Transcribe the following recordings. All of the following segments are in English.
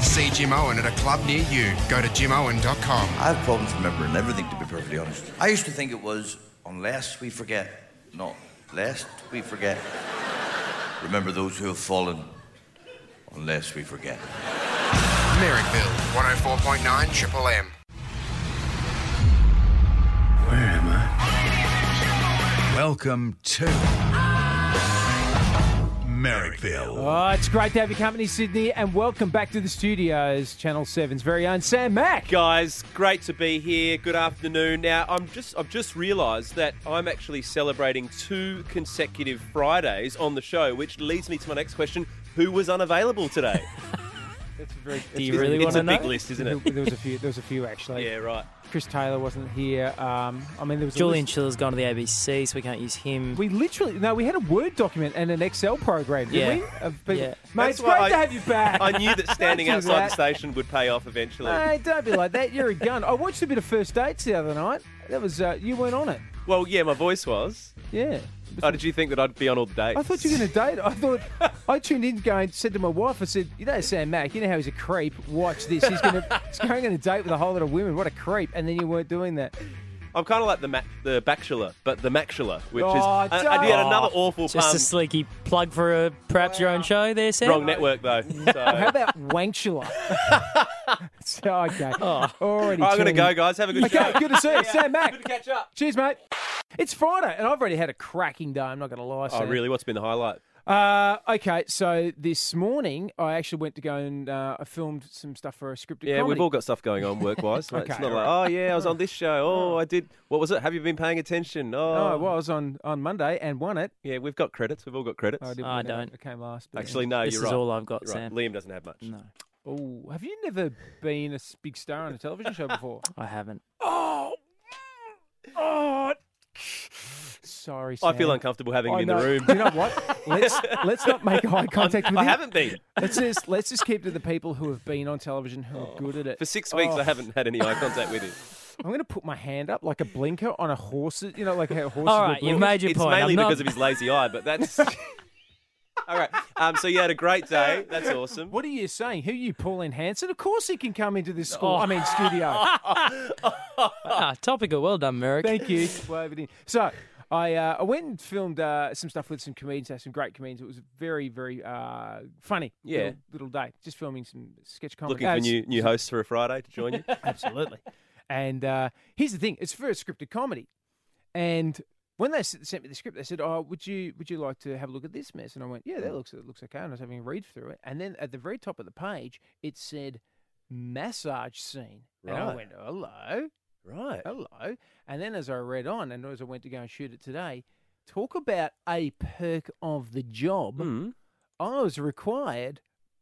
See Jim Owen at a club near you. Go to jimowen.com. I have problems remembering everything, to be perfectly honest. I used to think it was unless we forget, not lest we forget. Remember those who have fallen, unless we forget. Merrickville, 104.9 Triple M. Where am I? Welcome to Merrickville. Oh, it's great to have your company, Sydney, and welcome back to the studios, Channel 7's very own Sam Mack. Guys, great to be here. Good afternoon. Now, I'm just I've just realised that I'm actually celebrating two consecutive Fridays on the show, which leads me to my next question: Who was unavailable today? Do you really it's wanna a big know? list, isn't it? There, there was a few. There was a few actually. yeah, right. Chris Taylor wasn't here. Um, I mean, there was a Julian list- Schiller's gone to the ABC, so we can't use him. We literally no. We had a word document and an Excel program, didn't Yeah. we? Of people- Yeah. Mate, That's it's great why I- to have you back. I knew that standing Don't do outside the that. station would pay off eventually. Hey, don't be like that. You're a gun. I watched a bit of First Dates the other night. That was uh, you weren't on it. Well, yeah, my voice was. Yeah. Oh, did you think that I'd be on all the dates? I thought you were going to date. I thought I tuned in, going said to my wife, I said, "You know, Sam Mack, you know how he's a creep. Watch this. He's going to he's going on a date with a whole lot of women. What a creep!" And then you weren't doing that. I'm kind of like the ma- the bachelor, but the maxula, which Oh, is I, I did don't- another awful Just pun. a sleeky plug for a perhaps your own show there, Sam. Wrong network though. So. How about Wanchula? so, okay, Oh. already. Right, I'm going to tuned go, in. guys. Have a good Okay, show. good to see you, Sam Mack. Good to catch up. Cheers, mate. It's Friday, and I've already had a cracking day. I'm not going to lie. Oh, Sam. really? What's been the highlight? Uh, okay, so this morning I actually went to go and uh, I filmed some stuff for a scripted. Yeah, comedy. we've all got stuff going on work wise. It's Okay, not like, oh, yeah, I was on this show. Oh, I did. What was it? Have you been paying attention? Oh, Oh, I was on on Monday and won it. Yeah, we've got credits. We've all got credits. Oh, I, did I win it. don't. I came last. but- Actually, no, this you're is right. all I've got, You're right. Sam. Liam doesn't have much. No, Oh, have you never been a s- big star on a television show before? I haven't. oh, sorry. Sam. I feel uncomfortable having I him in the know. room. You know what? Let's let's not make eye contact with I you. haven't been. Let's just let's just keep to the people who have been on television who are good at it. For six weeks, Oh, I haven't had any eye contact with him. I'm going to put my hand up like a blinker on a horse. You know, like how horses. All will right, blink. you've made your It's point. mainly I'm not- because of his lazy eye, but that's. all right. Um, so you had a great day. That's awesome. What are you saying? Who are you, Pauline Hanson? Of course he can come into this Oh. school. I mean, studio. Ah, topical. Well done, Merrick. Thank you. Wave it in. So I, uh, I went and filmed uh, some stuff with some comedians, had some great comedians. It was a very, very uh, funny. Yeah. Little, little day. Just filming some sketch comedy. Looking Uh, for s- new new hosts for a Friday to join you. Absolutely. and uh, here's the thing it's for a scripted comedy. And when they s- sent me the script, they said, "Oh, would you would you like to have a look at this mess?" And I went, "Yeah, that Hmm. looks it looks okay." And I was having a read through it, and then at the very top of the page, it said massage scene, and I Right. went, "Hello." Right. hello. And then as I read on and as I went to go and shoot it today, talk about a perk of the job. Hmm. I was required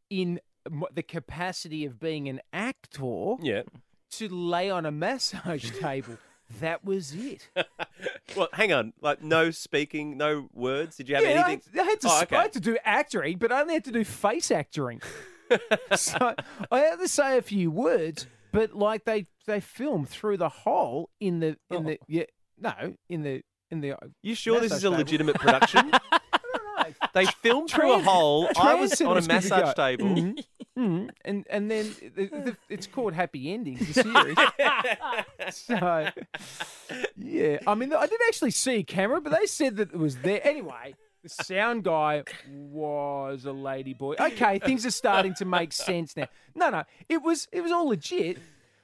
in m- the capacity of being an actor Yeah. to lay on a massage table. That was it. Well, hang on. Like no speaking, no words. Did you have Yeah, I, anything? I had to, Oh, s- okay. I had to do acting, but I only had to do face acting. so I had to say a few words, but like they they film through the hole in the in the yeah no in the in the Oh. You sure this Massage is a table. legitimate production? they filmed through a Trans- hole. I was Transit on a was good to massage go. table. Mhm. Mhm. And and then the, the, it's called Happy Endings, the series. so yeah, I mean, I didn't actually see a camera, but they said that it was there anyway. The sound guy was a lady boy. Okay, things are starting to make sense now. No, no, it was it was all legit.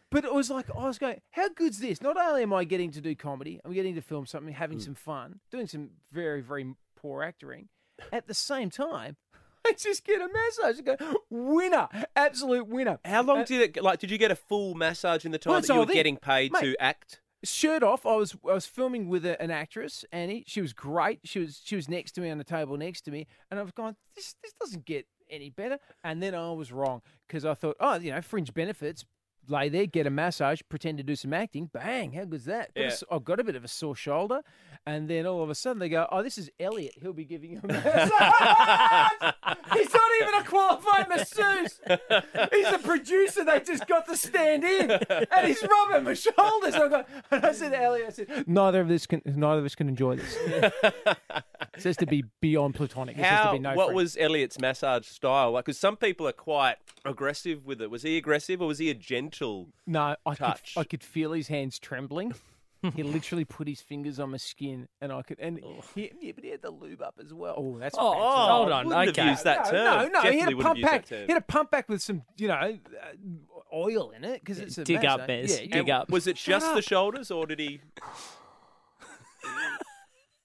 But it was like I was going, how good's this? Not only am I getting to do comedy, I'm getting to film something, having Mm. some fun, doing some very very poor acting. At the same time, I just get a massage. I go, winner, absolute winner. Uh, How long did it like? Did you get a full massage in the time Well, it's that you all were there. getting paid Mate. to act? shirt off. I was I was filming with a, an actress, Annie. She was great. She was she was next to me on the table next to me, and I've gone. This this doesn't get any better. And then I was wrong because I thought, oh, you know, fringe benefits. lay there, get a massage, pretend to do some acting. Bang! How good's that? Got a Yeah. s- I've got a bit of a sore shoulder, and then all of a sudden they go, "Oh, this is Elliot. He'll be giving you a massage. He's not even a qualified masseuse. He's a producer. They just got to stand in, and he's rubbing my shoulders." I go, and I said, to "Elliot, I said, neither of this can, neither of us can enjoy this. it says to be beyond platonic. It says to How, be no what friend. was Elliot's massage style? Like, because some people are quite aggressive with it. Was he aggressive or was he a gentle? No, I touch. could I could feel his hands trembling. he literally put his fingers on my skin, and I could and he, yeah, but he had the lube up as well. Oh, that's Oh, bad. oh, I hold on. wouldn't have okay. used that no, term. no, no, he had Definitely a wouldn't pump have used that back. He term. had a pump back with some, you know, uh, oil in it because it's a Dig up, massage. Bez. Yeah, Dig yeah. up. Was it just the shoulders, or did he?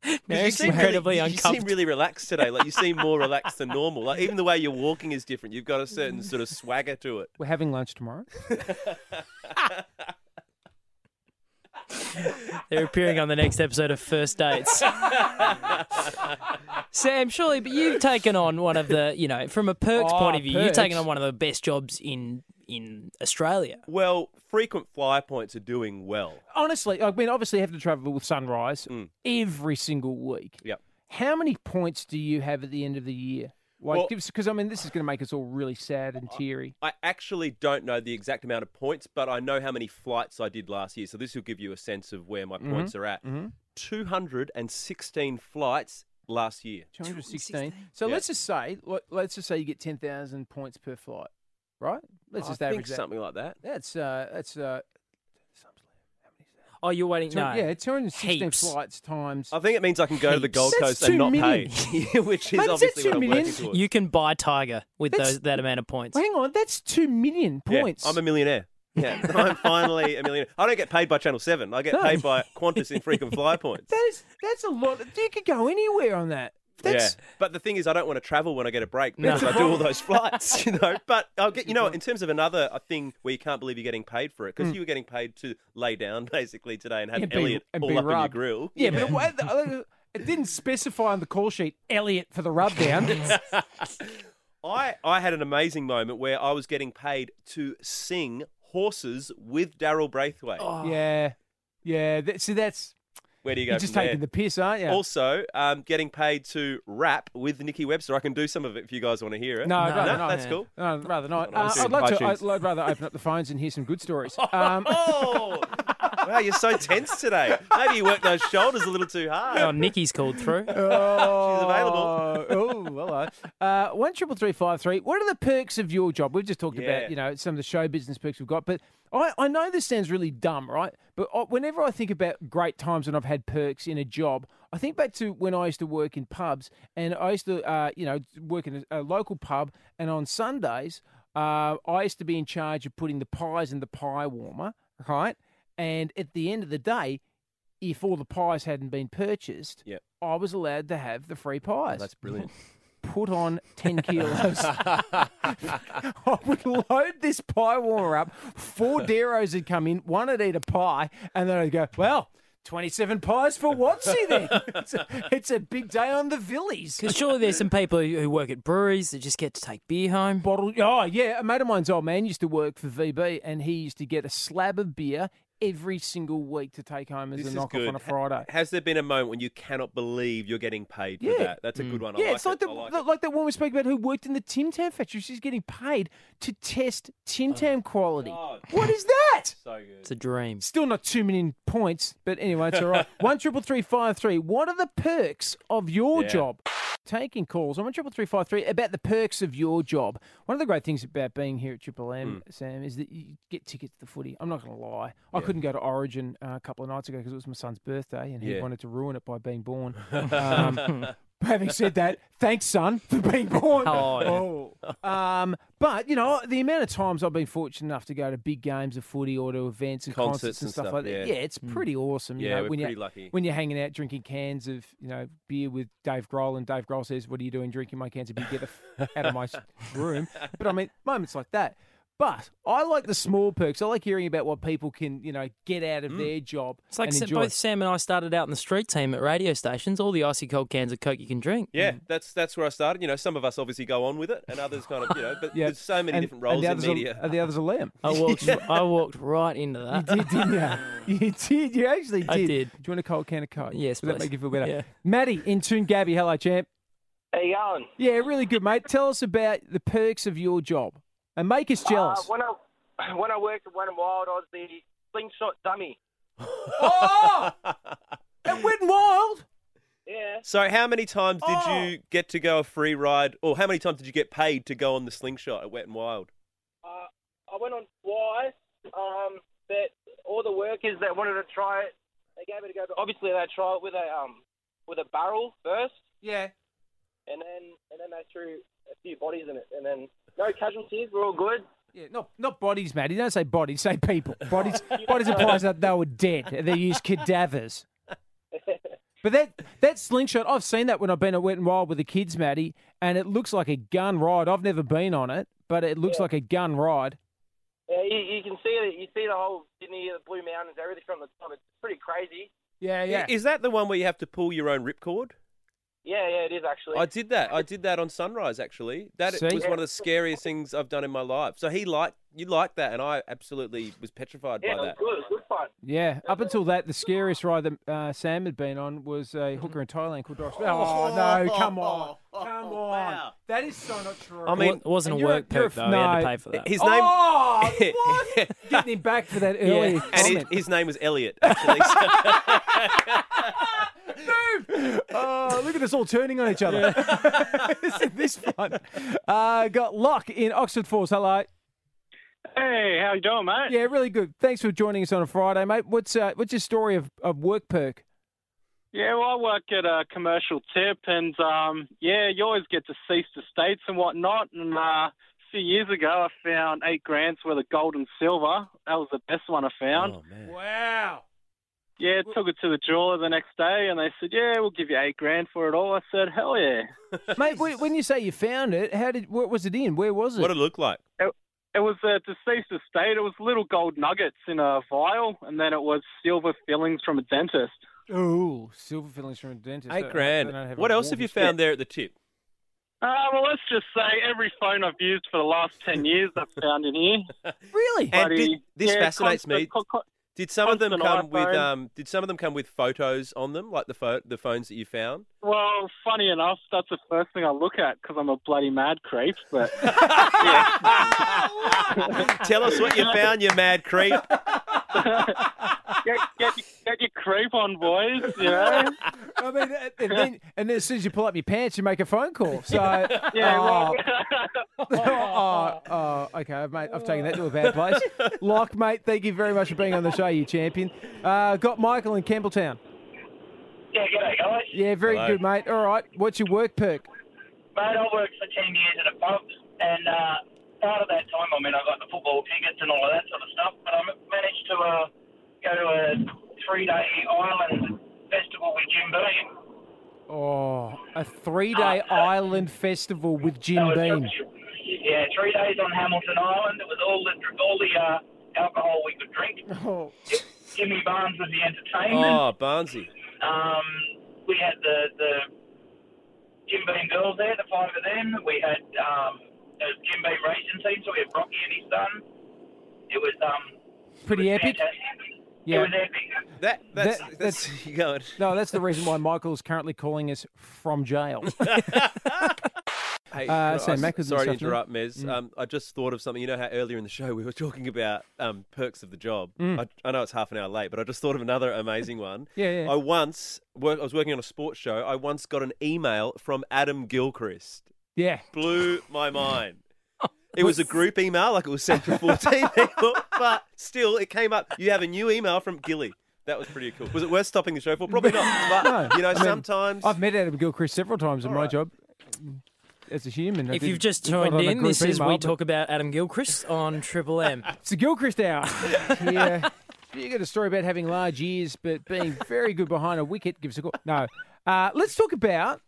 'Cause Merrick's seem incredibly really, You seem uncomfortable. really relaxed today. Like you seem more relaxed than normal. Like even the way you're walking is different. You've got a Mm. certain sort of swagger to it. We're having lunch tomorrow. They're appearing on the next episode of First Dates. Sam, surely, but you've taken on one of the, you know, from a perks Oh, point of view, you've perks. taken on one of the best jobs in in Australia. Well, frequent flyer points are doing well. Honestly, I mean, obviously, having to travel with Sunrise Hmm. every single week. Yep. How many points do you have at the end of the year? Like, Well- Uh, because I mean, this is going to make us all really sad and teary. I actually don't know the exact amount of points, but I know how many flights I did last year. So this will give you a sense of where my points Mm-hmm. are at. 216 flights last year. 216. So Yeah. let's just say, let- let's just say you get 10,000 points per flight, right? Let's just I average think that. something like that. That's uh, that's uh, Oh, you're waiting? two- No. yeah, 216 Heaps. flights times. I think it means I can go to the Gold That's Coast and two not million. pay, which is Mate, is that obviously two what I'm million? working towards. You can buy Tiger with That's- those that amount of points. Well, hang on, that's two million Yeah, points. I'm a millionaire. Yeah, I'm finally a millionaire. I don't get paid by Channel 7. I get paid by Qantas in frequent flyer points. that is that's a lot. You could go anywhere on that. Yeah. That's But the thing is, I don't want to travel when I get a break No. because I do all those flights, you know. But I'll get, you know, in terms of another uh, thing where you can't believe you're getting paid for it because you were getting paid to lay down basically today and have And Hmm. be- Elliot and all be up in your rubbed. grill. yeah, but it, wa- the- it didn't specify on the call sheet Elliot for the rub down. I, I had an amazing moment where I was getting paid to sing horses with Daryl Braithwaite. yeah, yeah. That, see, that's Where do you go? you're just from there? taking the piss, aren't you? Also, um, getting paid to rap with Nikki Webster. I can do some of it if you guys want to hear it. No, I'd No, rather no, not. that's cool. No, I'd rather not. No, Uh, it's I'd, in like to, iTunes. I'd, I'd rather open up the phones and hear some good stories. Um, Oh, wow, you're so tense today. Maybe you worked those shoulders a little too hard. Oh, Nikki's called through. Uh, She's available. oh, hello. Uh, one triple three five three. What are the perks of your job? We've just talked Yeah. about you know some of the show business perks we've got, but I, I know this sounds really dumb, right? But I, whenever I think about great times when I've had perks in a job, I think back to when I used to work in pubs, and I used to uh, you know work in a, a local pub, and on Sundays uh, I used to be in charge of putting the pies in the pie warmer, right? And at the end of the day, if all the pies hadn't been purchased, Yep. I was allowed to have the free Oh, pies. That's brilliant. Put on 10 kilos. I would load this pie warmer up. Four Daros would come in, one would eat a pie, and then I'd go, well, 27 pies for Watsy then. It's a, it's a big day on the villies. Because surely there's some people who who work at breweries that just get to take beer home. Bottle, oh, yeah. A mate of mine's old man used to work for VB, and he used to get a slab of beer every single week to take home as This a is knock off good. on a Friday. Has there been a moment when you cannot believe you're getting paid for Yeah. that? That's a good one. I Yeah, like it's like, it. the, I like the- it. like that woman we spoke about who worked in the Tim Tam factory. She's getting paid to test Tim Tam quality. Uh, God. What is that? So good. It's a dream. Still not two million points, but anyway, it's all right. One triple three five three. What are the perks of your Yeah. job? Taking calls on one triple three five three about the perks of your job. One of the great things about being here at Triple M, Hmm. Sam, is that you get tickets to the footy. I'm not going to lie, I couldn't go to Origin uh, a couple of nights ago because it was my son's birthday and he Yeah. wanted to ruin it by being born. Um, having said that, thanks, son, for being born. Oh. Oh. Um, but you know, the amount of times I've been fortunate enough to go to big games of footy or to events and concerts, Concerts and and stuff, stuff, like that. yeah. Mm. Yeah, it's pretty awesome. You Yeah, know, we're when pretty you're, lucky. When you're hanging out drinking cans of you know beer with Dave Grohl, and Dave Grohl says, "What are you doing drinking my cans of beer? Get the f- out of my s- room." But I mean, moments like that. But I like the small perks. I like hearing about what people can, you know, get out Mm. of their job. It's like and Sa- enjoy. both Sam and I started out in the street team at radio stations. All the icy cold cans of Coke you can drink. Yeah, that's that's where I started. You know, some of us obviously go on with it, and others kind of, you know, but Yeah. there's so many And- different roles and the in others are- media. and the others are lamb. I walked. I walked right into that. You did, didn't you? You did. You actually did. I did. Do you want a cold can of Coke? Yes, Would that please. make you feel better? Yeah. Matty, in tune Gabby. Hello, champ. How you going? Yeah, really good, mate. Tell us about the perks of your job and make us jealous. Uh, when I when I worked at One and Wild, I was the slingshot dummy. oh! It went wild. Yeah, So, how many times did Oh. you get to go a free ride, or how many times did you get paid to go on the slingshot at Wet and Wild? uh, I went on twice. Um, that all the workers that wanted to try it, they gave it a go. But obviously, they try it with a um with a barrel first, Yeah. and then and then they threw a few bodies in it, and then no casualties. We're all good. Yeah, not not bodies, Matty. Don't say bodies, say people. Bodies bodies implies that they were dead. They used cadavers. But that that slingshot, I've seen that when I've been at Wet and Wild with the kids, Matty, and it looks like a gun ride. I've never been on it, but it looks like a gun ride. Yeah, you, you can see it. You see the whole Sydney, the Blue Mountains, everything from the top. It's pretty crazy. Yeah, I- Is that the one where you have to pull your own ripcord? Yeah, yeah, it is actually. I did that. I did that on Sunrise actually. That See? was one of the scariest things I've done in my life. So he liked you liked that, and I absolutely was petrified yeah, it by was that. good. It was good fun. yeah. Up until that, the scariest ride that uh, Sam had been on was a hooker in Thailand called Doris. Oh no! Come on, come on. That is so not true. I Well, mean, it wasn't a And you're- work you're perk though. We had to no. pay for that. His name Oh, what? Getting him back for that earlier And and his, comment. his name was Elliot. Actually, so- Oh, look at us all turning on each other. Isn't this fun? Uh, got Locke in Oxford Falls. Hello. Hey, how you doing, mate? Yeah, really good. Thanks for joining us on a Friday, mate. What's uh, what's your story of, of work perk? Yeah, well, I work at a commercial tip, and um, yeah, you always get to cease to states and whatnot. And uh, a few years ago, I found eight grand's worth of gold and silver. That was the best one I found. Wow. Yeah, took it to the jeweler the next day, and they said, "Yeah, we'll give you eight grand for it all." I said, "Hell yeah!" Mate, when when you say you found it, how did what was it in? Where was it? what it looked like. It was uh, a deceased estate. It was little gold nuggets in a vial, and then it was silver fillings from a dentist. oh, silver fillings from a dentist. Eight grand. What else have you found there at the tip? Uh, well, let's just say every phone I've used for the last ten years, I've found in here. Really? And Buddy, did- this yeah, fascinates constant- me. co- co- Did some of them come Constant with iPhone. um? Did some of them come with photos on them, like the pho- the phones that you found? Well, funny enough, that's the first thing I look at because I'm a bloody mad creep. But Tell us what you found, you mad creep. get, get, get your creep on, boys. You know? I mean, uh, and then, and then as soon as you pull up your pants, you make a phone call. So Yeah. oh, Well, oh, oh, okay, mate. I've taken that to a bad place. Locke, mate, thank you very much for being on the show, you champion. Uh, got Michael in Campbelltown. Yeah, g'day, guys. Yeah, very Hello. good, mate. All right, what's your work perk? Mate, I worked for 10 years at a pub, and uh, part of that time, I mean, I got the football tickets and all of that sort of stuff, but I m- managed to uh, go to a three day island festival with Jim Beam. Oh, a three-day island festival with Jim Uh, That Beam. was- Yeah, three days on Hamilton Island. It was all the, all the uh, alcohol we could drink. Oh, Jimmy Barnes was the entertainment. Oh, Barnsey. Um, we had the, the Jim Beam girls there, the five of them. We had um, a Jim Beam racing team, so we had Rocky and his son. It was um, pretty epic. fantastic. Yeah. It was epic. That that's That- that's, you going. No, that's the reason why Michael is currently calling us from jail. Hey, Uh, can Sam I- Mack was in Mm. sorry to this afternoon. interrupt, Mez. Um, I just thought of something. You know how earlier in the show we were talking about um, perks of the job. I, I know it's half an hour late, but I just thought of another amazing one. Mm. Yeah, yeah. I once work, I was working on a sports show. I once got an email from Adam Gilchrist. Yeah. Blew my mind. It was a group email, like it was sent to 14 people, but still, it came up. You have a new email from Gilly. That was pretty cool. Was it worth stopping the show for? Probably not. But, No, you know, I mean, sometimes. I've met Adam Gilchrist several times in my job as a human. I If did- you've just it's not tuned on a in, group this is email, we but talk about Adam Gilchrist on Triple M. It's the Gilchrist hour. yeah. You got a story about having large ears, but being very good behind a wicket. Give us a call. No. Uh, let's talk about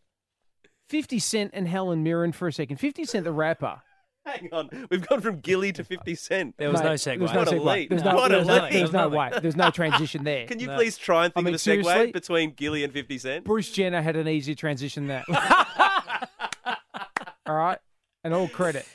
50 Cent and Helen Mirren for a second. 50 Cent, the rapper. Hang on. We've gone from Gilly to 50 Cent. There was no Mate, segue. There's no What a segue. leap. There's no, What a there's no, leap. there's no way. There's no transition there. Can you please try and think mean, of a segue seriously? between Gilly and 50 Cent? Bruce Jenner had an easier transition than that. all right. And all credit.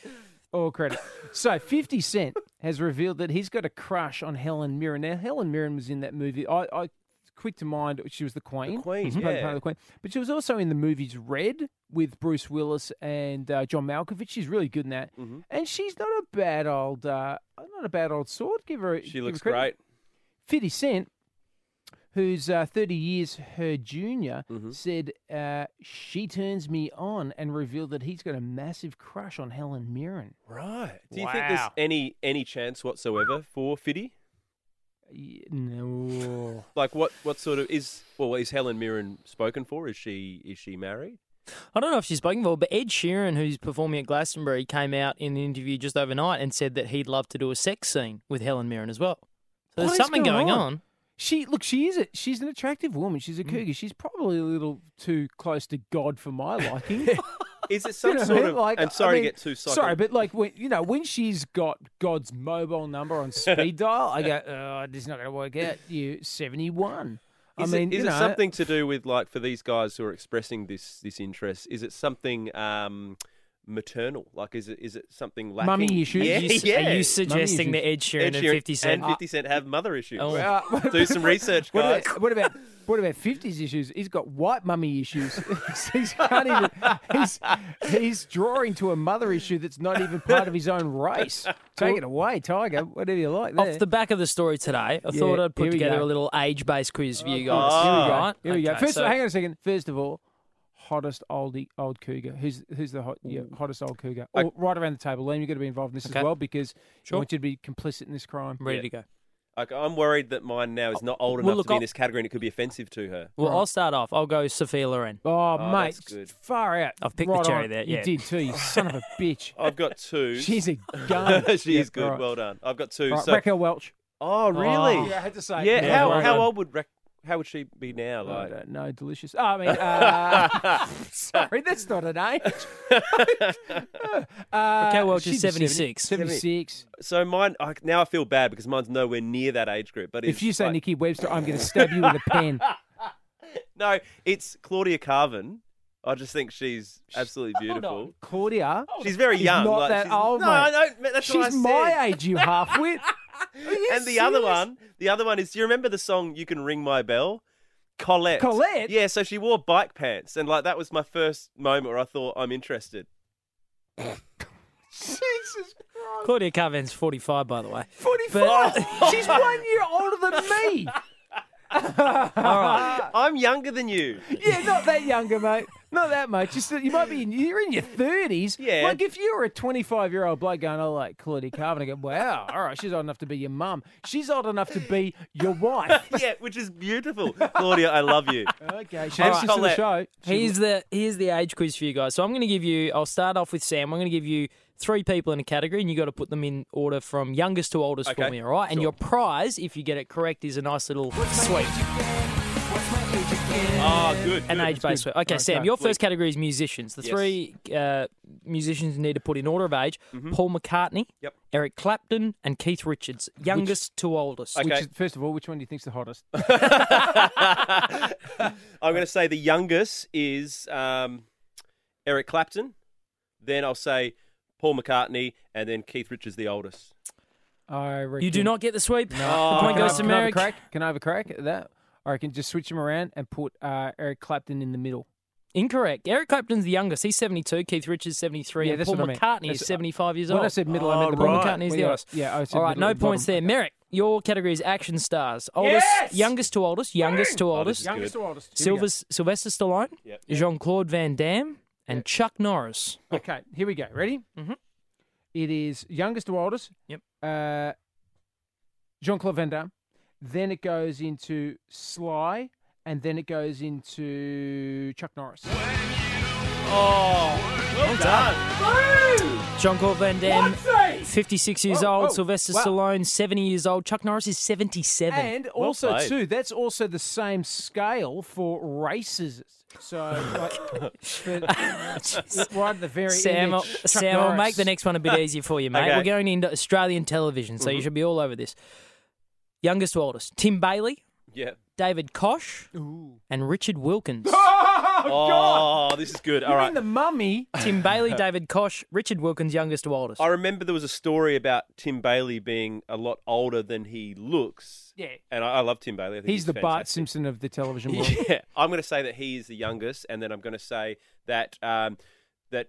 All credit. So 50 Cent has revealed that he's got a crush on Helen Mirren. Now, Helen Mirren was in that movie. I, I quick to mind, she was the Queen. Queen, She played the part yeah. of the Queen. But she was also in the movies Red with Bruce Willis and uh, John Malkovich. She's really good in that. Mm-hmm. And she's not a bad old, uh, not a bad old sort. Give her. She give her looks credit. great. 50 Cent, who's uh, 30 years her junior, Mm-hmm. said uh, she turns me on and revealed that he's got a massive crush on Helen Mirren. Right. Do you think there's any any chance whatsoever for Fiddy? Y- No. Like what what sort of is well is Helen Mirren spoken for? Is she is she married? I don't know if she's spoken for, but Ed Sheeran, who's performing at Glastonbury, came out in an interview just overnight and said that he'd love to do a sex scene with Helen Mirren as well. So What there's is something going going on? on. she look, she is it. She's an attractive woman. She's Mm. a cougar. She's probably a little too close to God for my liking. Is it some You know what I sort mean? of Like, and I sorry mean, to get too psycho- Sorry, but like when you know when she's got God's mobile number on speed dial, I go, oh, this is not going to work out. You seventy one. I Is mean, it, is you it know, something to do with like for these guys who are expressing this this interest? Is it something um, maternal? Like is it is it something lacking? Mummy issues? Yeah, Are you, s- yeah. Are you suggesting that Ed Sheeran, Ed and Sheeran 50 Cent? and 50 Cent have mother issues. Oh. Uh, Do some research, What guys. about, what about what about fifties issues? He's got white mummy issues. he's, can't even, he's, he's drawing to a mother issue that's not even part of his own race. Take it away, Tiger. Whatever you like. There. Off the back of the story today, I thought I'd here we put together go. Oh, a little age-based quiz for you guys. course. Here we Here we go. Right? Here we go. Okay, First, so- hang on a second. First of all, hottest oldie, old cougar. Who's who's the hot, yeah, hottest old cougar? Oh, right around the table, Liam. You've got to be involved in this Okay. as well because I Sure. want you to be complicit in this crime. I'm ready to go. Okay, I'm worried that mine now is not old Well, enough look, to be I'll- in this category and it could be offensive to her. Well, I'll start off. I'll go Sophia Loren. Oh, mate, that's good. far out. I've picked the Right cherry on. there, You yeah. did too. You son of a bitch. I've got two. She's a gun. Oh, she Yeah, is good. right. Well done. I've got two. Right, so, Raquel Welch. oh, really? Yeah, I had to say. yeah, how, well how done. old would Rac- how would she be now? I Like, don't know. Delicious. Oh, I mean, uh, sorry, that's not an age. uh, Raquel Welch is she'd be 76. 76. so mine. I, now I feel bad because mine's nowhere near that age group. But If it's you say like- Nikki Webster, I'm going to stab you with a pen. no, it's Claudia Carvin. I just think she's absolutely beautiful. Claudia. She's very She's young. not like, that she's, old, No, mate. I know. mate, That's what I She's said. my age, you halfwit. And the other one, the other one is, do you remember the song "You Can Ring My Bell"? Colette. Colette? Yeah, so she wore bike pants, and like that was my first moment where I thought I'm interested. Jesus Christ. Claudia Carvin's 45, by the way. 45. She's one year older than me. All right. I'm younger than you. Yeah, not that younger, mate. Not that much. Just that you might be in, you're in your thirties. Yeah. Like if you were a 25 year old bloke going, I like Claudia Carvin, I go, wow, all right, she's old enough to be your mum. She's old enough to be your wife. Yeah, which is beautiful, Claudia. I love you. okay, she listens to the Colette. show. Here's the here's the age quiz for you guys. So I'm going to give you. I'll start off with Sam. I'm going to give you three people in a category, and you got to put them in order from youngest to oldest for Okay, me. All right. And your prize, if you get it correct, is a nice little sweep, Oh, good. an good. age based sweep. Okay, Right, Sam, go. your first category is musicians. The Yes. three uh, musicians you need to put in order of age: Paul McCartney, Yep. Eric Clapton, and Keith Richards. Youngest to oldest. Okay. Which is, first of all, which one do you think's the hottest? I'm going to say the youngest is um, Eric Clapton. Then I'll say Paul McCartney, and then Keith Richards, the oldest. I reckon. You do not get the sweep. the Can point I goes to have- can I have a Merrick. crack? Can I have a crack at that? Or I can just switch them around and put uh, Eric Clapton in the middle. Incorrect. Eric Clapton's the youngest. He's 72. Keith Richards, 73. Yeah, and that's Paul what I meant. McCartney That's- is 75 years When old. I said middle, I meant the Paul bottom. McCartney's Well, the yeah, oldest. Yeah, I said All right, middle no and bottom. points there. Merrick, your category is action stars. Oldest, youngest to oldest, youngest to oldest. Young- Youngest to oldest. Here we go. Silvers, Sylvester Stallone, Yep. Jean Claude Van Damme, and Chuck Norris. Okay, here we go. Ready? Mm-hmm. is youngest to oldest. Yep. Uh, Jean Claude Van Damme. Then it goes into Sly, and then it goes into Chuck Norris. Oh, well done. Jean Claude Van Damme, 56 years Oh, old. oh, Sylvester wow. Stallone, 70 years old. Chuck Norris is 77. And also played. too, that's also the same scale for races. So like, for- right at the very Sam, end. will, it's Chuck Sam will make Norris. the next one a bit easier for you, mate. Okay. Mm-hmm. We're going into Australian television, so you should be all over this. Youngest to oldest, Tim Bailey, Yeah. David Kosh, and Richard Wilkins. Oh, this is good. All You right. mean the mummy? Tim Bailey, David Kosh, Richard Wilkins, youngest to oldest. I remember there was a story about Tim Bailey being a lot older than he looks. Yeah. And I, I love Tim Bailey. I think He's he's, the Bart fantastic. Simpson of the television world. Yeah. I'm going to say that he is the youngest, and then I'm going to say that um, that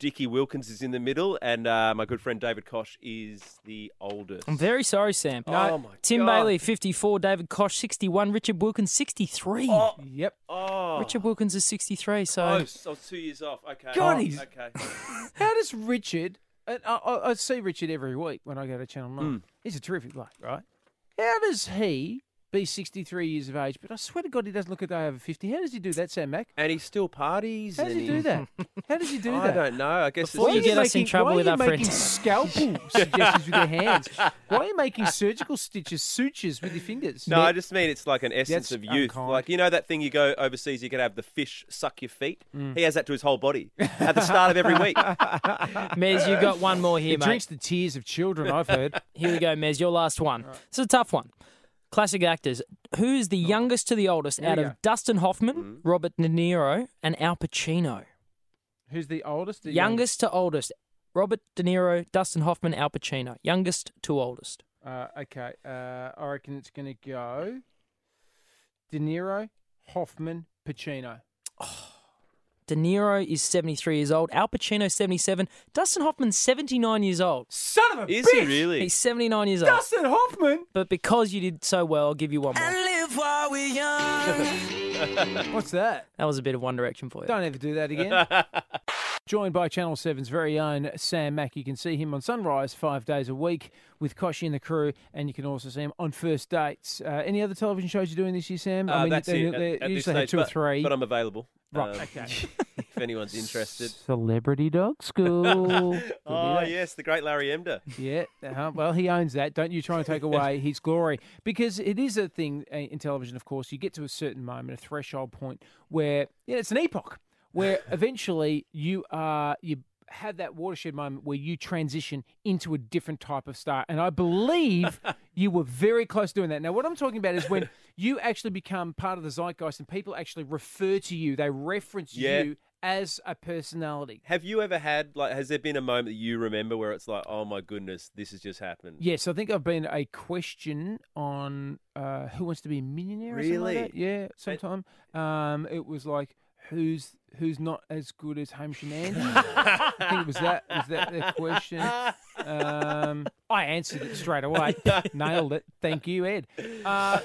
Dickie Wilkins is in the middle, and uh, my good friend David Kosh is the oldest. I'm very sorry, Sam. No. Oh, my Tim God. Bailey, 54, David Kosh, 61, Richard Wilkins, 63. Yep. Oh, Richard Wilkins is 63, so. close. I was two years off. Okay. God, Oh, he's- Okay. How does Richard? and I, I, I see Richard every week when I go to Channel Hmm. Nine. He's a terrific bloke, right? How does he be sixty-three years of age? But I swear to God, he doesn't look a day over fifty. How does he do that, Sam Mac? And he still parties. How does and he do that? How does he do I that? don't know. I guess Before it's you just- get us in trouble why with are our you making friends. scalpel suggestions with your hands? Why are you making surgical stitches, sutures with your fingers? No, I just mean it's like an essence That's of youth. unkind. Like you know that thing you go overseas, you can have the fish suck your feet. He has that to his whole body at the start of every week. Mez, you've got one more here, it mate. drinks the tears of children. I've heard. Here we go, Mez, your last one. This is a tough one. Classic actors. Who's the youngest to the oldest out Oh. we of go. Dustin Hoffman, Mm-hmm. Robert De Niro, and Al Pacino? Who's the oldest? The youngest to oldest. Robert De Niro, Dustin Hoffman, Al Pacino. Youngest to oldest. youngest? Uh, okay, uh, I reckon it's going to go. De Niro, Hoffman, Pacino. De Niro is 73 years old. Al Pacino, 77. Dustin Hoffman, 79 years old. Son of a Is bitch! he really? He's 79 years old. Dustin Hoffman. But because you did so well, I'll give you one more. What's that? That was a bit of One Direction for you. Don't ever do that again. Joined by Channel 7's very own Sam Mack. You can see him on Sunrise five days a week with Koshy and the crew, and you can also see him on First Dates. Uh, any other television shows you're doing this year, Sam? Uh, that's Mm, they, it. at- they at this usually have stage, two or but, three. But I'm available. Right, Um, okay. if anyone's interested. Celebrity Dog School. Oh yes, the great Larry Emder. Yeah, uh-huh. well, he owns that. Don't you try and take away his glory because it is a thing uh, in television. Of course, you get to a certain moment, a threshold point where yeah, it's an epoch where eventually you are you have that watershed moment where you transition into a different type of star. And I believe you were very close to doing that. Now, what I'm talking about is when you actually become part of the zeitgeist and people actually refer to you, they reference Yeah. you as a personality. Have you ever had like? Has there been a moment that you remember where it's like, oh my goodness, this has just happened? Yes, I think I've been a question on uh, Who Wants to Be a Millionaire. Or something like Really? that. Yeah, sometime. Um, it was like who's who's not as good as Hamish and Andy. I think it was that was that the question. Um, I answered it straight away. Nailed it. Thank you, Ed. Uh,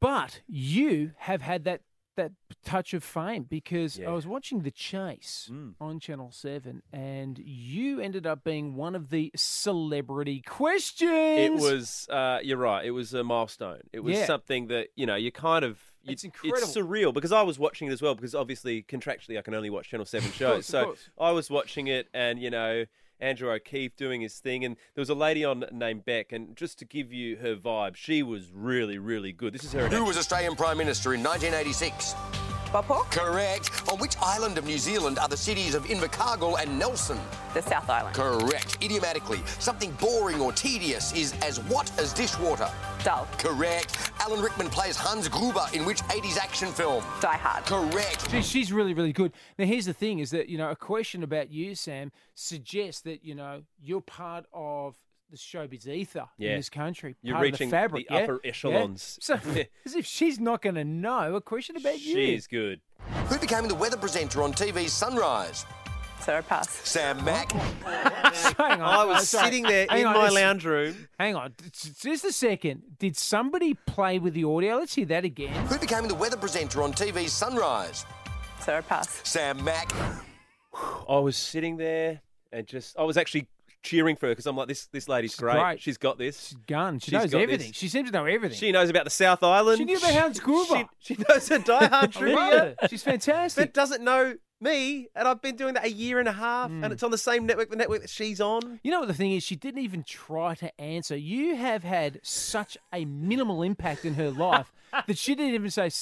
but you have had that that touch of fame because I was watching The Chase Mm. on Channel 7 and you ended up being one of the celebrity questions. It was. Uh, you're right. It was a milestone. It was Yeah. something that you know. You kind of. You, It's incredible. surreal because I was watching it as well. Because obviously, contractually, I can only watch Channel Seven shows. course, of so course. I was watching it, and you know. Andrew O'Keefe doing his thing, and there was a lady on named Beck, and just to give you her vibe, she was really, really good. This is her. Who was Australian Prime Minister in 1986? Bob Correct. On which island of New Zealand are the cities of Invercargill and Nelson? the South Island, Correct. Idiomatically, something boring or tedious is as what as dishwater? Dull, Correct. Alan Rickman plays Hans Gruber in which 80s action film? Die Hard. Correct. She, she's really, really good. Now, here's the thing is that, you know, a question about you, Sam, suggests that, you know, you're part of the showbiz ether Yeah. in this country. You're part reaching of the, fabric, the yeah? upper Yeah? echelons. So, as if she's not going to know a question about you. She's good. Who became the weather presenter on TV's Sunrise? Sarah Pass. Sam Mack. Hang on. I was oh, sorry. sitting there Hang in on, my this- lounge room. Hang on, d- d- just a second. Did somebody play with the audio? Let's hear that again. Who became the weather presenter on TV's Sunrise? Sarah Pass. Sam Mack. I was sitting there and just I was actually cheering for her because I'm like, this this lady's great. great. She's got this. Gun. She She's knows got everything. this. She seems to know everything. She knows about the South Island. She knew about Hans Gruber. She, she knows her Die Hard I love trivia. her. She's fantastic. But doesn't know me, and I've been doing that a year and a half, Mm. and it's on the same network, the network that she's on. You know what the thing is? She didn't even try to answer. You have had such a minimal impact in her life that she didn't even say, "S-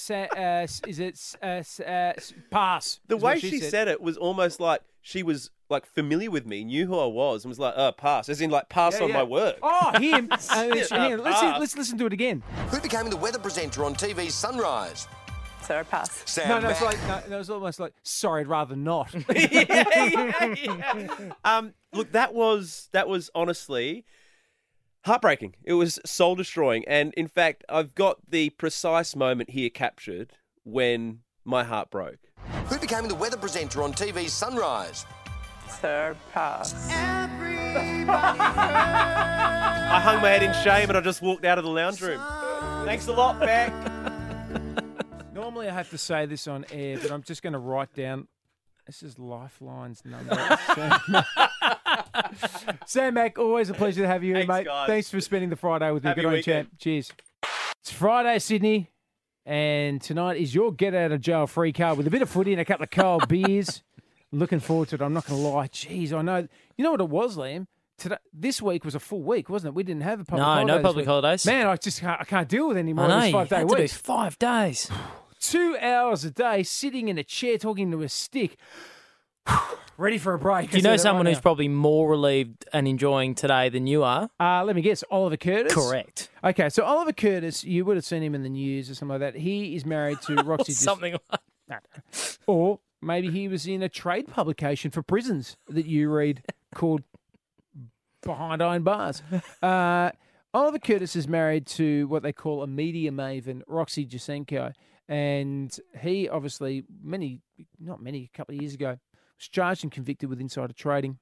sa- uh, s- is it s- uh, s- uh, s- pass? The is what way she, said. it was almost like she was like familiar with me, knew who I was, and was like, "Oh, pass," as in like pass Yeah, on yeah. my work. Oh, him. Uh, Yeah, she- hang on, let's, see, pass. let's listen to it again. Who became the weather presenter on TV's Sunrise? Sarah Pass. Sam no, no, it's Mack. like, no, no, it's almost like, sorry, I'd rather not. yeah, yeah. Um, look, that was that was honestly heartbreaking. It was soul destroying, and in fact, I've got the precise moment here captured when my heart broke. Who became the weather presenter on TV's Sunrise? Sarah Pass. I hung my head in shame and I just walked out of the lounge room. Thanks a lot, Beck. Normally, I have to say this on air, but I'm just going to write down. This is Lifeline's number. Sam- Sam Mack, always a pleasure to have you here, Thanks, mate. guys. Thanks for spending the Friday with me. Happy Good on you, weekend. champ. Cheers. It's Friday, Sydney, and tonight is your get out of jail free card with a bit of footy and a couple of cold beers. I'm looking forward to it. I'm not going to lie. Jeez, I know. You know what it was, Liam. Today, this week was a full week, wasn't it? We didn't have a public No, no holiday this public week. holidays. Man, I just can't, I can't deal with it anymore. I know. This you five day had week to do five days. two hours a day sitting in a chair talking to a stick. Ready for a break. Do you know someone who's probably more relieved and enjoying today than you are? Uh, let me guess, Oliver Curtis? Correct. Okay, so Oliver Curtis, you would have seen him in the news or something like that. He is married to Roxy. Dis- Something like or maybe he was in a trade publication for prisons that you read called Behind Iron Bars. Uh, Oliver Curtis is married to what they call a media maven, Roxy Jasenko. And he obviously, many, not many, a couple of years ago, was charged and convicted with insider trading.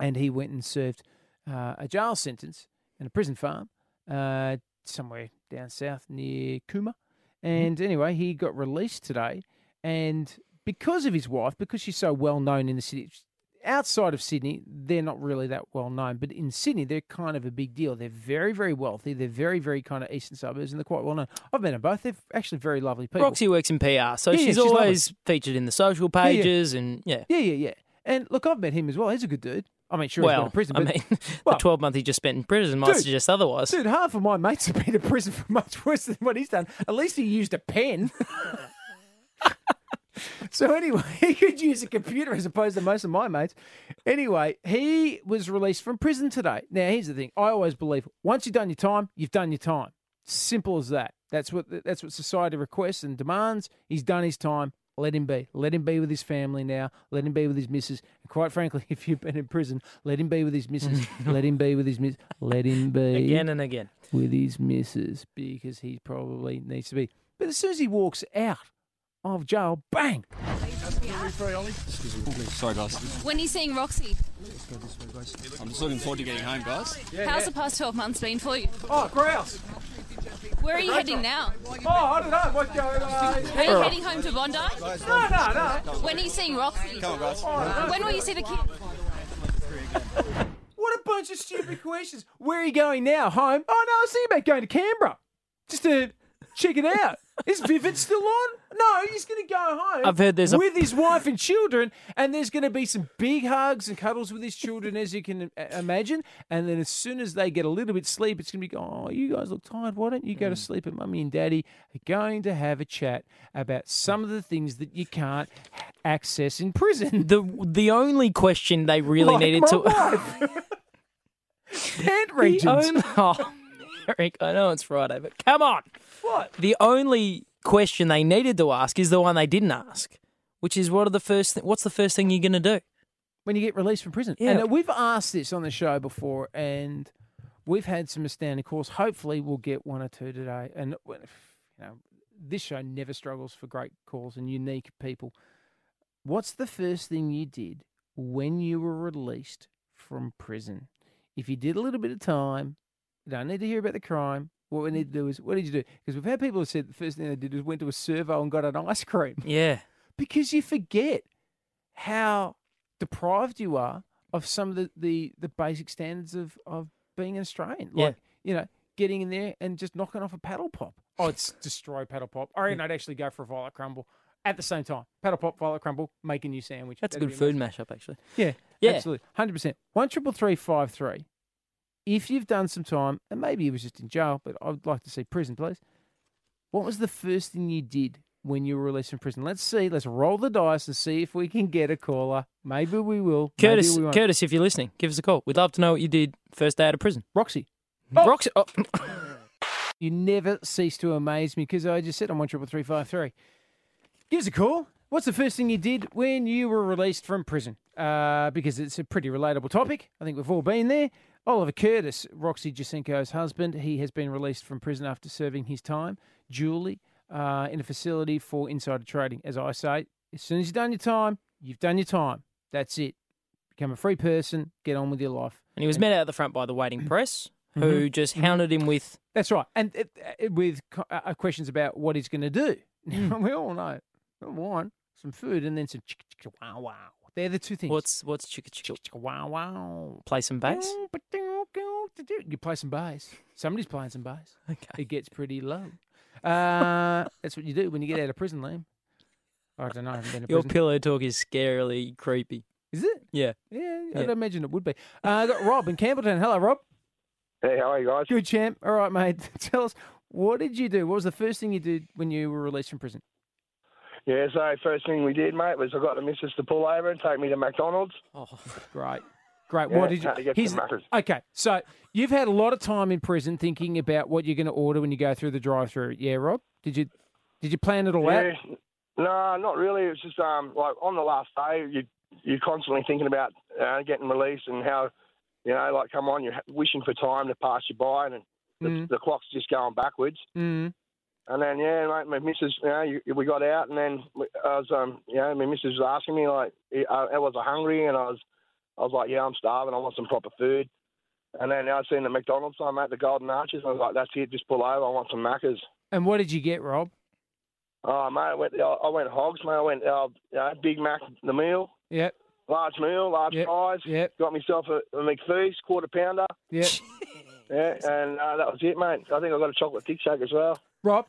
And he went and served uh, a jail sentence in a prison farm uh, somewhere down south near Cooma. Mm-hmm. And anyway, he got released today. And because of his wife, because she's so well known in the city, outside of Sydney, they're not really that well known. But in Sydney, they're kind of a big deal. They're very, very wealthy. They're very, very kind of eastern suburbs and they're quite well known. I've met them both. They're actually very lovely people. Roxy works in PR, so Yeah, yeah, she's, she's lovely. always featured in the social yeah. pages and yeah. Yeah, yeah, yeah. And look, I've met him as well. He's a good dude. I mean, sure, he's been Well, in prison. I But, mean, well, the 12 month he just spent in prison might Dude, suggest otherwise. Dude, half of my mates have been in prison for much worse than what he's done. At least he used a pen. so anyway, he could use a computer as opposed to most of my mates. Anyway, he was released from prison today. Now here's the thing: I always believe once you've done your time, you've done your time. Simple as that. That's what that's what society requests and demands. He's done his time. Let him be. Let him be with his family now. Let him be with his missus. And quite frankly, if you've been in prison, let him be with his missus. let him be with his miss. Let him be Again and again. with his missus because he probably needs to be. But as soon as he walks out of jail, bang! Sorry, guys. When are you seeing Roxy? I'm just looking forward to getting home, guys. How's the past 12 months been for you? Oh, grouse! Where are you heading now? Oh, I don't know what's going on. Are you heading home to Bondi? No, no, no. When are you seeing Roxy? Come on, guys. When will you see the kid? What a bunch of stupid questions. Where are you going now? Home? Oh, no, I was thinking about going to Canberra. Just to check it out. Is Vivid still on? No, he's going to go home. I've heard there's a- with his wife and children, and there's going to be some big hugs and cuddles with his children, as you can uh, imagine. And then as soon as they get a little bit sleep, it's going to be, oh, you guys look tired. Why don't you Mm. go to sleep? And mummy and daddy are going to have a chat about some of the things that you can't access in prison. The the only question they really Like needed my to. wife. Hand the regions. only, oh, Eric, I know it's Friday, but come on. What? The only question they needed to ask is the one they didn't ask, which is what are the first? Th- what's the first thing you're going to do? When you get released from prison. Yeah. And uh, we've asked this on the show before, and we've had some astounding calls. Hopefully, we'll get one or two today. And well, you know, this show never struggles for great calls and unique people. What's the first thing you did when you were released from prison? If you did a little bit of time, you don't need to hear about the crime. What we need to do is, what did you do? Because we've had people who said the first thing they did was went to a servo and got an ice cream Yeah, because you forget how deprived you are of some of the, the, the basic standards of, of being an Australian. Yeah. Like, you know, getting in there and just knocking off a paddle pop. Oh, it's destroy paddle pop. I reckon I'd actually go for a violet crumble at the same time. Paddle pop, violet crumble, make a new sandwich. That's a That'd good be food amazing. mashup, actually. Yeah, Yeah. absolutely, hundred percent. One triple three five three. If you've done some time, and maybe he was just in jail, but I'd like to see prison, please. What was the first thing you did when you were released from prison? Let's see. Let's roll the dice and see if we can get a caller. Maybe we will. maybe Curtis, we won't. Curtis, if you're listening, give us a call. We'd love to know what you did first day out of prison. Roxy. Roxy. Oh. You never cease to amaze me because I just said I'm one triple three five three. Give us a call. What's the first thing you did when you were released from prison? Uh, because it's a pretty relatable topic. I think we've all been there. Oliver Curtis, Roxy Jacinko's husband, he has been released from prison after serving his time, duly, uh, in a facility for insider trading. As I say, as soon as you've done your time, you've done your time. That's it. Become a free person. Get on with your life. And he was met out the front by the waiting press, who Mhm. just hounded him with. That's right. And it, it, with co- uh, uh, questions about what he's going to do. Mm. we all know. Number one, some food and then some chicka chicka wow wow. They're the two things. What's what's chicka chicka, wow wow? Play some bass. You play some bass. Somebody's playing some bass. Okay. It gets pretty low. Uh, that's what you do when you get out of prison, Liam. I don't know. I haven't been to Your prison. pillow talk is scarily creepy. Is it? Yeah. Yeah, Yeah. I'd imagine it would be. Uh, I got Rob in Campbelltown. Hello, Rob. Hey, how are you guys? Good champ. All right, mate. Tell us, what did you do? What was the first thing you did when you were released from prison? Yeah, so first thing we did, mate, was I got the missus to pull over and take me to McDonald's. Oh, Great. Great. Yeah, what did you? had to get here's some the- matters. okay, so you've had a lot of time in prison thinking about what you're going to order when you go through the drive-through. Yeah, Rob. Did you? Did you plan it all out? Yeah, no, not really. It was just um, like on the last day, you you're constantly thinking about uh, getting released and how, you know, like come on, you're wishing for time to pass you by, and the, Mm. the clock's just going backwards. Mm. And then yeah, mate, my missus, you know, you, we got out, and then we- I was, um, you know, my missus was asking me like, I, I was hungry, and I was, I was like, yeah, I'm starving, I want some proper food. And then I seen the McDonald's sign, mate, the Golden Arches, and I was like, that's it, just pull over, I want some macas. And what did you get, Rob? Oh mate, I went, I I went hogs, mate. I went uh, uh, Big Mac, the meal, Yep. large meal, large fries. Got myself a, a McFeast, quarter pounder. Yep. yeah, and uh, that was it, mate. I think I got a chocolate thick shake as well. Rob,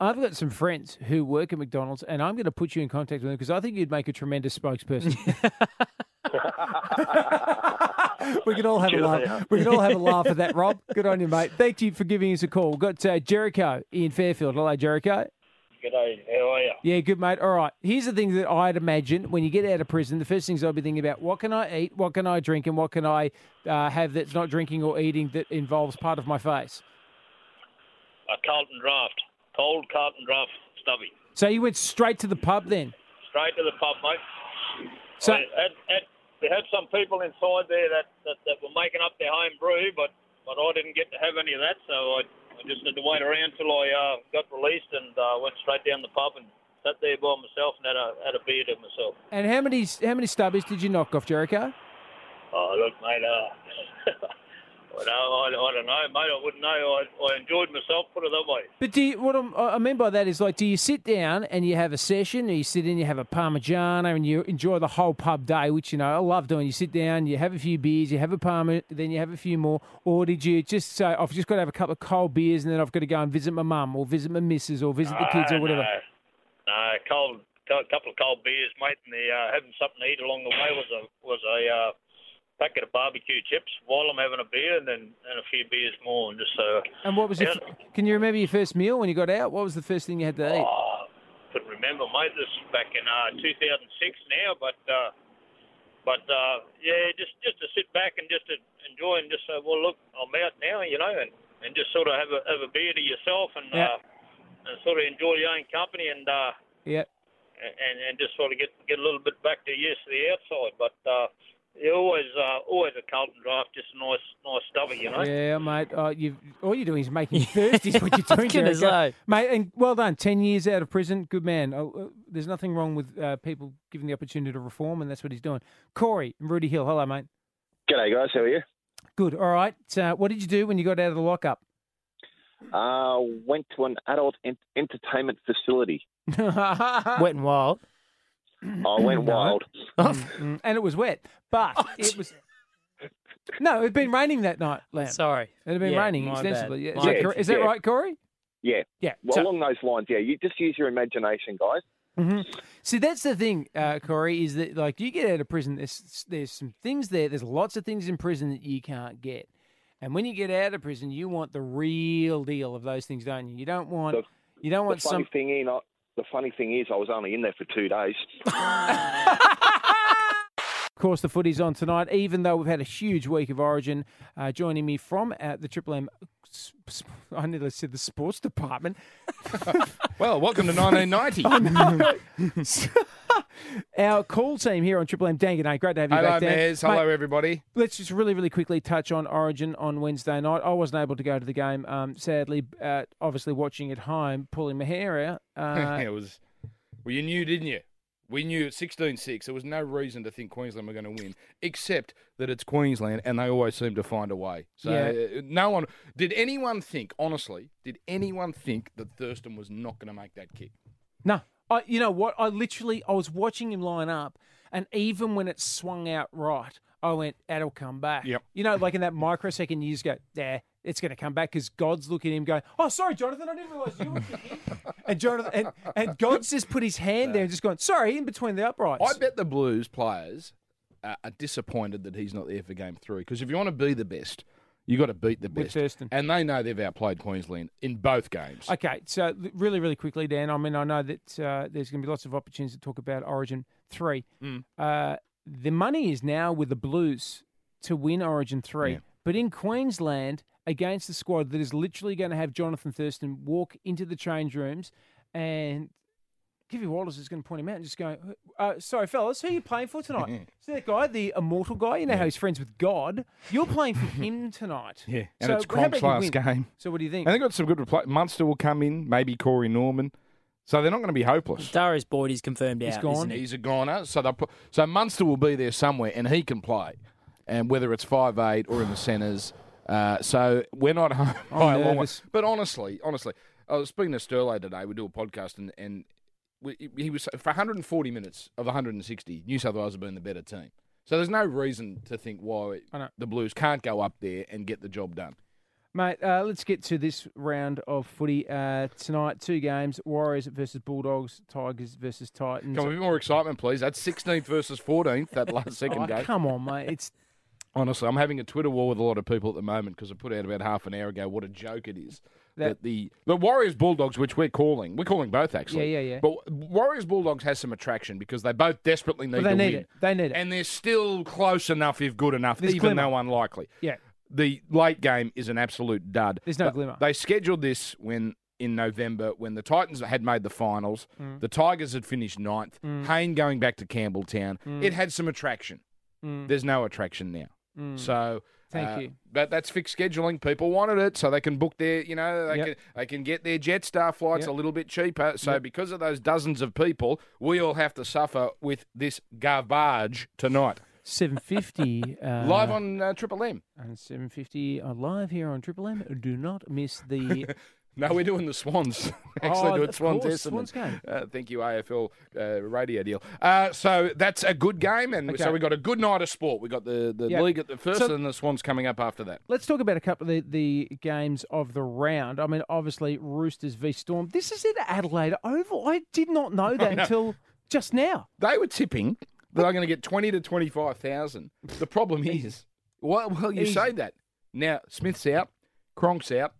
I've got some friends who work at McDonald's, and I'm going to put you in contact with them because I think you'd make a tremendous spokesperson. we can all have a Good laugh. idea. We can all have a laugh at that, Rob. Good on you, mate. Thank you for giving us a call. We've got uh, Jericho in Fairfield. Hello, Jericho. G'day, how are you? Yeah, good mate. All right. Here's the thing that I'd imagine when you get out of prison, the first things I'd be thinking about: what can I eat, what can I drink, and what can I uh, have that's not drinking or eating that involves part of my face. A Carlton draft, cold Carlton draft stubby. So you went straight to the pub then. Straight to the pub, mate. So- I had, had, they had some people inside there that, that, that were making up their home brew, but, but I didn't get to have any of that, so I, I just had to wait around till I uh, got released and uh, went straight down the pub and sat there by myself and had a, had a beer to myself. And how many how many stubbies did you knock off, Jericho? Oh, look, mate, uh, I, don't, I, I don't know, mate. I wouldn't know. I, I enjoyed myself, put it that way. But do you, what I'm, I I mean by that is like, do you sit down and you have a session, or you sit in, you have a parmigiano, and you enjoy the whole pub day, which you know I love doing. You sit down, you have a few beers, you have a parma, then you have a few more, or did you just say, "Oh, I've just got to have a couple of cold beers, and then I've got to go and visit my mum, or visit my missus, or visit the kids, Ah, or whatever? No, no cold, a couple of cold beers, mate, and the, uh, having something to eat along the way was a was a uh, packet of barbecue chips while I'm having a beer, and then and a few beers more, and just so. And what was your? Yeah, f Can you remember your first meal when you got out? What was the first thing you had to eat? Oh, could remember, mate. This was back in uh, 2006 now, but uh, but uh, yeah, just just to sit back and just to enjoy and just say, well, look, I'm out now, you know, and, and just sort of have a have a beer to yourself and Yeah. uh, and sort of enjoy your own company and. Uh, Yeah. and and just sort of get get a little bit back to yes to the outside. But uh, yeah, always uh, always a Carlton draft, just a nice nice stubby, you know. Yeah, mate. Uh, you all you're doing is making me thirsty. Is what you're doing, gonna Jericho. mate. And well done, ten years out of prison, good man. Uh, uh, there's nothing wrong with uh, people given the opportunity to reform, and that's what he's doing. Corey and Rudy Hill, hello, mate. G'day, guys. How are you? Good. All right. Uh, what did you do when you got out of the lockup? Uh, went to an adult ent- entertainment facility. wet and wild. I went wild. Mm, and it was wet, but it was. No, it'd been raining that night, Lamb. Sorry, it had been Yeah, raining my bad. extensively. Yeah, My Is, that bad. cor- is that Yeah. right, Corey? Yeah. Yeah, Well, so- along those lines, yeah. You just use your imagination, guys. hmm See, that's the thing, uh, Corey, is that like you get out of prison, there's there's some things there. There's lots of things in prison that you can't get, and when you get out of prison, you want the real deal of those things, don't you? You don't want you don't want the funny some. thing in, I, the funny thing is, I was only in there for two days. Of course, the footy's on tonight, even though we've had a huge week of Origin. Uh, joining me from uh, the Triple M, s- s- I nearly said the sports department. well, welcome to 1990. Our call team here on Triple M, Dang it, mate, great to have you Hello, back, Dan. Mares. Mate, Hello, everybody. Let's just really, really quickly touch on Origin on Wednesday night. I wasn't able to go to the game, um, sadly. Uh, obviously, watching at home, pulling my hair out. Uh, it was. Well, you knew, didn't you? We knew at 16 6, there was no reason to think Queensland were going to win, except that it's Queensland and they always seem to find a way. So, Yeah. uh, no one. Did anyone think, honestly, did anyone think that Thurston was not going to make that kick? No, I, you know what? I literally, I was watching him line up, and even when it swung out right, I went, "That'll come back." Yep. You know, like in that microsecond, you just go, "Nah, it's going to come back," because God's looking at him, going, "Oh, sorry, Jonathan, I didn't realize you were kicking." and Jonathan, and, and God's just put his hand there and just gone, "Sorry," in between the uprights. I bet the Blues players are, are disappointed that he's not there for game three because if you want to be the best, you got to beat the With best. Thurston. And they know they've outplayed Queensland in both games. Okay, so l- really, really quickly, Dan. I mean, I know that uh, there's going to be lots of opportunities to talk about Origin three. Mm. Uh, the money is now with the Blues to win Origin three, but in Queensland against the squad that is literally going to have Jonathan Thurston walk into the change rooms, and Kivy Wallace is going to point him out and just go, uh, "Sorry, fellas, who are you playing for tonight? See that guy, the immortal guy. You know how he's friends with God. You're playing for him tonight. Yeah, and So it's how about Cronk's you last win? game. So what do you think? And they've got some good repli Munster will come in, maybe Corey Norman. So they're not going to be hopeless. Darius Boyd is confirmed He's out. gone. isn't he? He's a goner. So they'll put, so Munster will be there somewhere, and he can play, and whether it's five eight or in the centres. Uh, so we're not home by a long way. nervous. But honestly, honestly, I was speaking to Sterlo today. We do a podcast, and and we, he was for 140 minutes of 160. New South Wales have been the better team. So there's no reason to think why the Blues can't go up there and get the job done. Mate, uh, let's get to this round of footy uh, tonight. Two games: Warriors versus Bulldogs, Tigers versus Titans. Come on, a bit more excitement, please. That's 16th versus 14th, that last second Oh, game. Come on, mate. It's Honestly, I'm having a Twitter war with a lot of people at the moment because I put out about half an hour ago what a joke it is that, That- the the Warriors Bulldogs, which we're calling, we're calling both actually. Yeah, yeah, yeah. But Warriors Bulldogs has some attraction because they both desperately need Well, they to need win. it. They need it, and they're still close enough if good enough, There's even glimmer. though unlikely. yeah. The late game is an absolute dud. There's no glimmer. They scheduled this when in November when the Titans had made the finals, Mm. the Tigers had finished ninth, Mm. Hayne going back to Campbelltown. Mm. It had some attraction. Mm. There's no attraction now. Mm. So Thank uh, you. But that's fixed scheduling. People wanted it so they can book their, you know, they Yep. can they can get their Jetstar flights Yep. a little bit cheaper. So because of those dozens of people, we all have to suffer with this garbage tonight. Seven fifty uh, Live on uh, Triple M. and seven fifty uh, live here on Triple M. Do not miss the. No, we're doing the Swans. Actually, Oh, doing of Swans course, Essendon. Swans game. Uh, thank you, AFL uh, radio deal. Uh, so that's a good game, and Okay. so we got a good night of sport. We got the, the Yep. league at the first, So- and the Swans coming up after that. Let's talk about a couple of the, the games of the round. I mean, obviously Roosters v Storm. This is in Adelaide Oval. I did not know that know. until just now. They were tipping that they're going to get twenty to twenty five thousand. The problem is, well, well, you Easy. say that now. Smith's out, Cronk's out.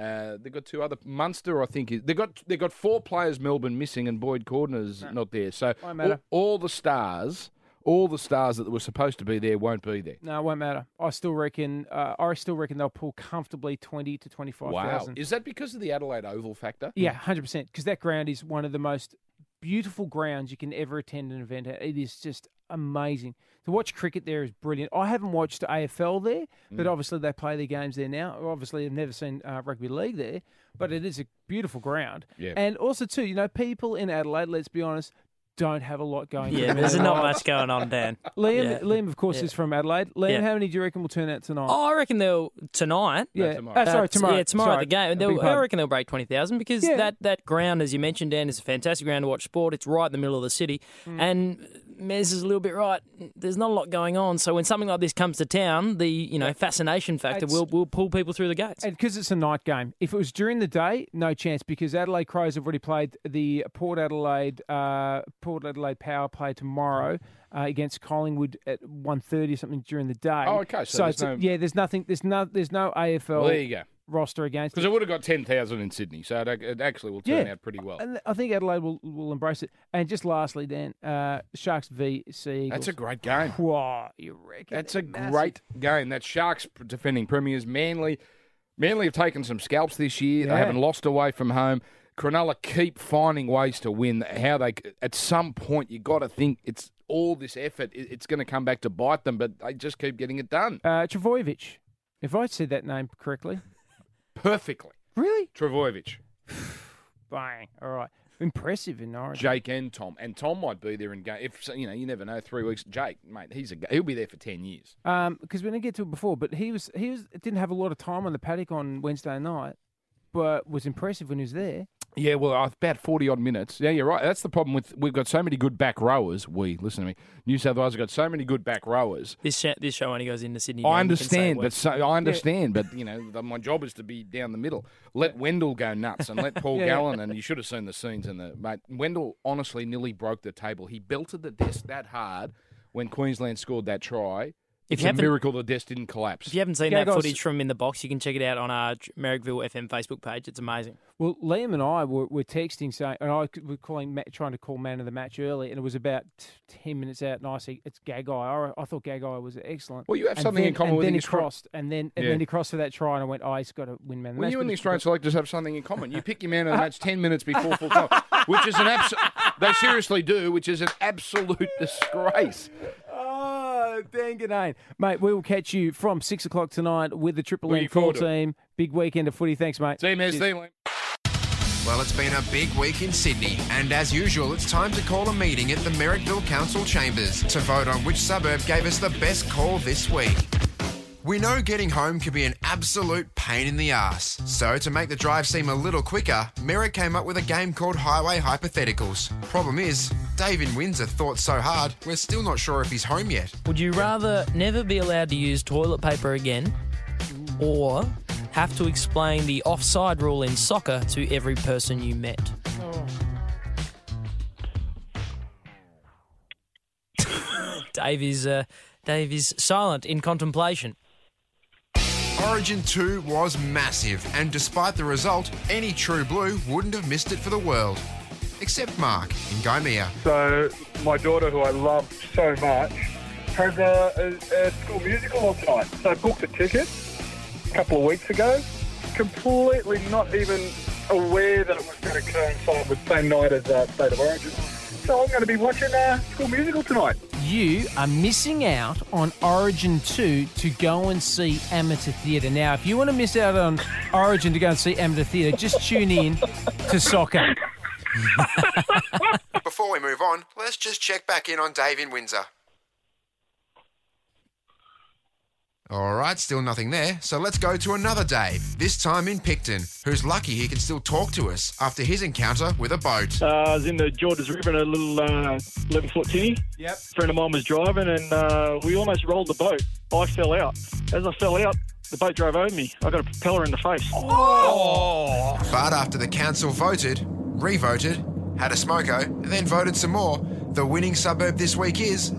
Uh, they've got two other Munster, I think. Is, they've got they've got four players Melbourne missing, and Boyd Cordner's not there. So Won't matter. all, all the stars, all the stars that were supposed to be there won't be there. No, it won't matter. I still reckon. Uh, I still reckon they'll pull comfortably twenty to twenty five Wow, thousand. is that because of the Adelaide Oval factor? Yeah, hundred percent. Because that ground is one of the most beautiful grounds you can ever attend an event at. It is just amazing to watch cricket. There is brilliant. I haven't watched AFL there, but Mm. obviously they play their games there now. Obviously, I've never seen uh, rugby league there, but it is a beautiful ground. Yeah. and also too, you know, people in Adelaide. Let's be honest. Don't have a lot going. Yeah, for there's them. not much going on, Dan. Liam, Yeah. Liam, of course, Yeah. is from Adelaide. Liam, Yeah. how many do you reckon will turn out tonight? Oh, I reckon they'll tonight. No, Yeah. tomorrow. Oh, sorry, Uh, t- tomorrow. Yeah, tomorrow Sorry. at the game. I beg They'll, I pardon. reckon they'll break twenty thousand because Yeah. Mm. that that ground, as you mentioned, Dan, is a fantastic ground to watch sport. It's right in the middle of the city, and Mez is a little bit right. There's not a lot going on, so when something like this comes to town, the you know fascination factor It's- will will pull people through the gates. And because it's a night game, if it was during the day, no chance because Adelaide Crows have already played the Port Adelaide uh, Port Adelaide Power play tomorrow uh, against Collingwood at 1.30 or something during the day. Oh, okay, so there's it's- no- yeah, there's nothing. There's no. There's no AFL. Well, there you go. Roster against Because it would have got 10,000 in Sydney, so it, ac- it actually will turn Yeah. out pretty well. And I think Adelaide will, will embrace it. And just lastly, Dan, uh, Sharks v Sea Eagles. That's a great game. Wow, you reckon? That's a great game. That Sharks p- defending premiers. Manly, Manly have taken some scalps this year. Yeah. They haven't lost away from home. Cronulla keep finding ways to win. How they c- at some point you got to think it's all this effort. it- It's going to come back to bite them, but they just keep getting it done Uh, Travojevic, if I said that name correctly. perfectly. Really, Travojevic, Bang. All right. Impressive in Norwich. Jake, and Tom, and Tom might be there in game. If so, you know, you never know. Three weeks, Jake, mate, he's a g- he'll be there for ten years. Um, because we didn't get to it before, but he was he was didn't have a lot of time on the paddock on Wednesday night, but was impressive when he was there. Yeah, well, uh, about 40 odd minutes. Yeah, you're right. That's the problem with we've got so many good back rowers. We, listen to me. New South Wales have got so many good back rowers. This show, this show only goes into Sydney. I Dan, you can say understand, it but works. so, I understand, but you know, the, my job is to be down the middle. Let Wendell go nuts and let Paul Yeah, yeah. Gallen. And you should have seen the scenes in the mate. Wendell honestly nearly broke the table. He belted the desk that hard when Queensland scored that try. If It's you a haven't- miracle the desk didn't collapse. If you haven't seen Yeah, that guys. footage from in the box, you can check it out on our Merrickville FM Facebook page. It's amazing. Well, Liam and I were, were texting saying, and I c- were calling, ma- trying to call man of the match early, and it was about t- ten minutes out. And I said, "It's Gagai." I, I thought Gagai was excellent. Well, you have And something in then- common and with then the he Austra- crossed, and then and Yeah. then he crossed for that try, and I went, "Oh, he's got to win man of the Well, match." you but and the it's- Australian selectors have something in common. You pick your man of the match ten minutes before full time, which is an absolute. They seriously do, which is an absolute disgrace. Oh, Dan Ganane. Mate, we will catch you from 6 o'clock tonight with the Triple M Looking full forward to it. team. Big weekend of footy. Thanks, mate. See you, Mez. See you, Liam. Well, it's been a big week in Sydney, and as usual, it's time to call a meeting at the Merrickville Council Chambers to vote on which suburb gave us the best call this week. We know getting home can be an absolute pain in the ass, so to make the drive seem a little quicker, Merrick came up with a game called Highway Hypotheticals. Problem is, Dave in Windsor thought so hard, we're still not sure if he's home yet. Would you rather never be allowed to use toilet paper again, or have to explain the offside rule in soccer to every person you met? Oh. Dave is uh, Dave is silent in contemplation. Origin 2 was massive, and despite the result, any true blue wouldn't have missed it for the world. Except Mark in Gaimea. So my daughter, who I love so much, has a, a, a school musical on tonight. So I booked a ticket a couple of weeks ago, completely not even aware that it was going to coincide with the same night as uh, State of Origin. So I'm going to be watching uh, school musical tonight. You are missing out on Origin 2 to go and see amateur theatre. Now, if you want to miss out on Origin to go and see amateur theatre, just tune in to soccer. Before we move on, let's just check back in on Dave in Windsor. All right, still nothing there, so let's go to another Dave, this time in Picton, who's lucky he can still talk to us after his encounter with a boat. Uh, I was in the Georges River in a little uh, 11 foot tinny. Yep. friend of mine was driving and uh, we almost rolled the boat. I fell out. As I fell out, the boat drove over me. I got a propeller in the face. Oh. But after the council voted, re-voted, had a smoko, then voted some more, the winning suburb this week is.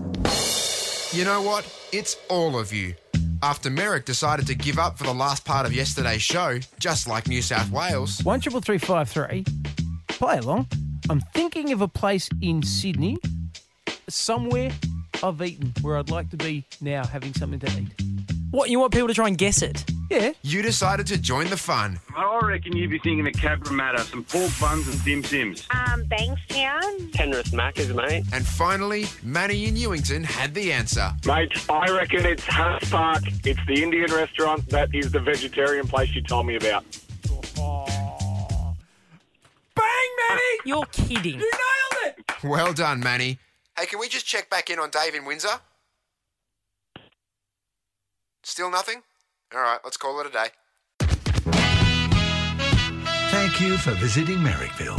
You know what? It's all of you. After Merrick decided to give up for the last part of yesterday's show, just like New South Wales, One triple three five three. Play along. I'm thinking of a place in Sydney, somewhere I've eaten, where I'd like to be now, having something to eat. What you want people to try and guess it? Yeah. You decided to join the fun. I reckon you'd be thinking of Cabramatta, some pork buns and dim sims. Um, Bankstown. Penrith Maccas, mate. And finally, Manny in Newington had the answer. Mate, I reckon it's Haas Park. It's the Indian restaurant that is the vegetarian place you told me about. Bang, Manny! You're kidding. You nailed it! Well done, Manny. Hey, can we just check back in on Dave in Windsor? Still nothing? All right, let's call it a day. Thank you for visiting Merrickville.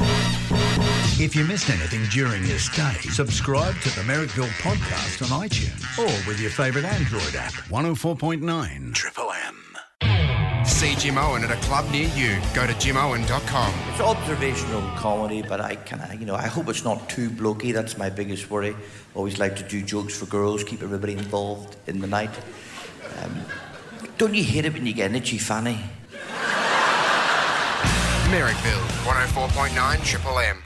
If you missed anything during this day, subscribe to the Merrickville podcast on iTunes or with your favourite Android app. 104.9 Triple M. See Jim Owen at a club near you. Go to jimowen.com. It's observational comedy, but I can, you know, I hope it's not too blokey. That's my biggest worry. Always like to do jokes for girls, keep everybody involved in the night. Um, don't you hate it when you get an itchy fanny? oh Merrickville, 104.9 Triple M.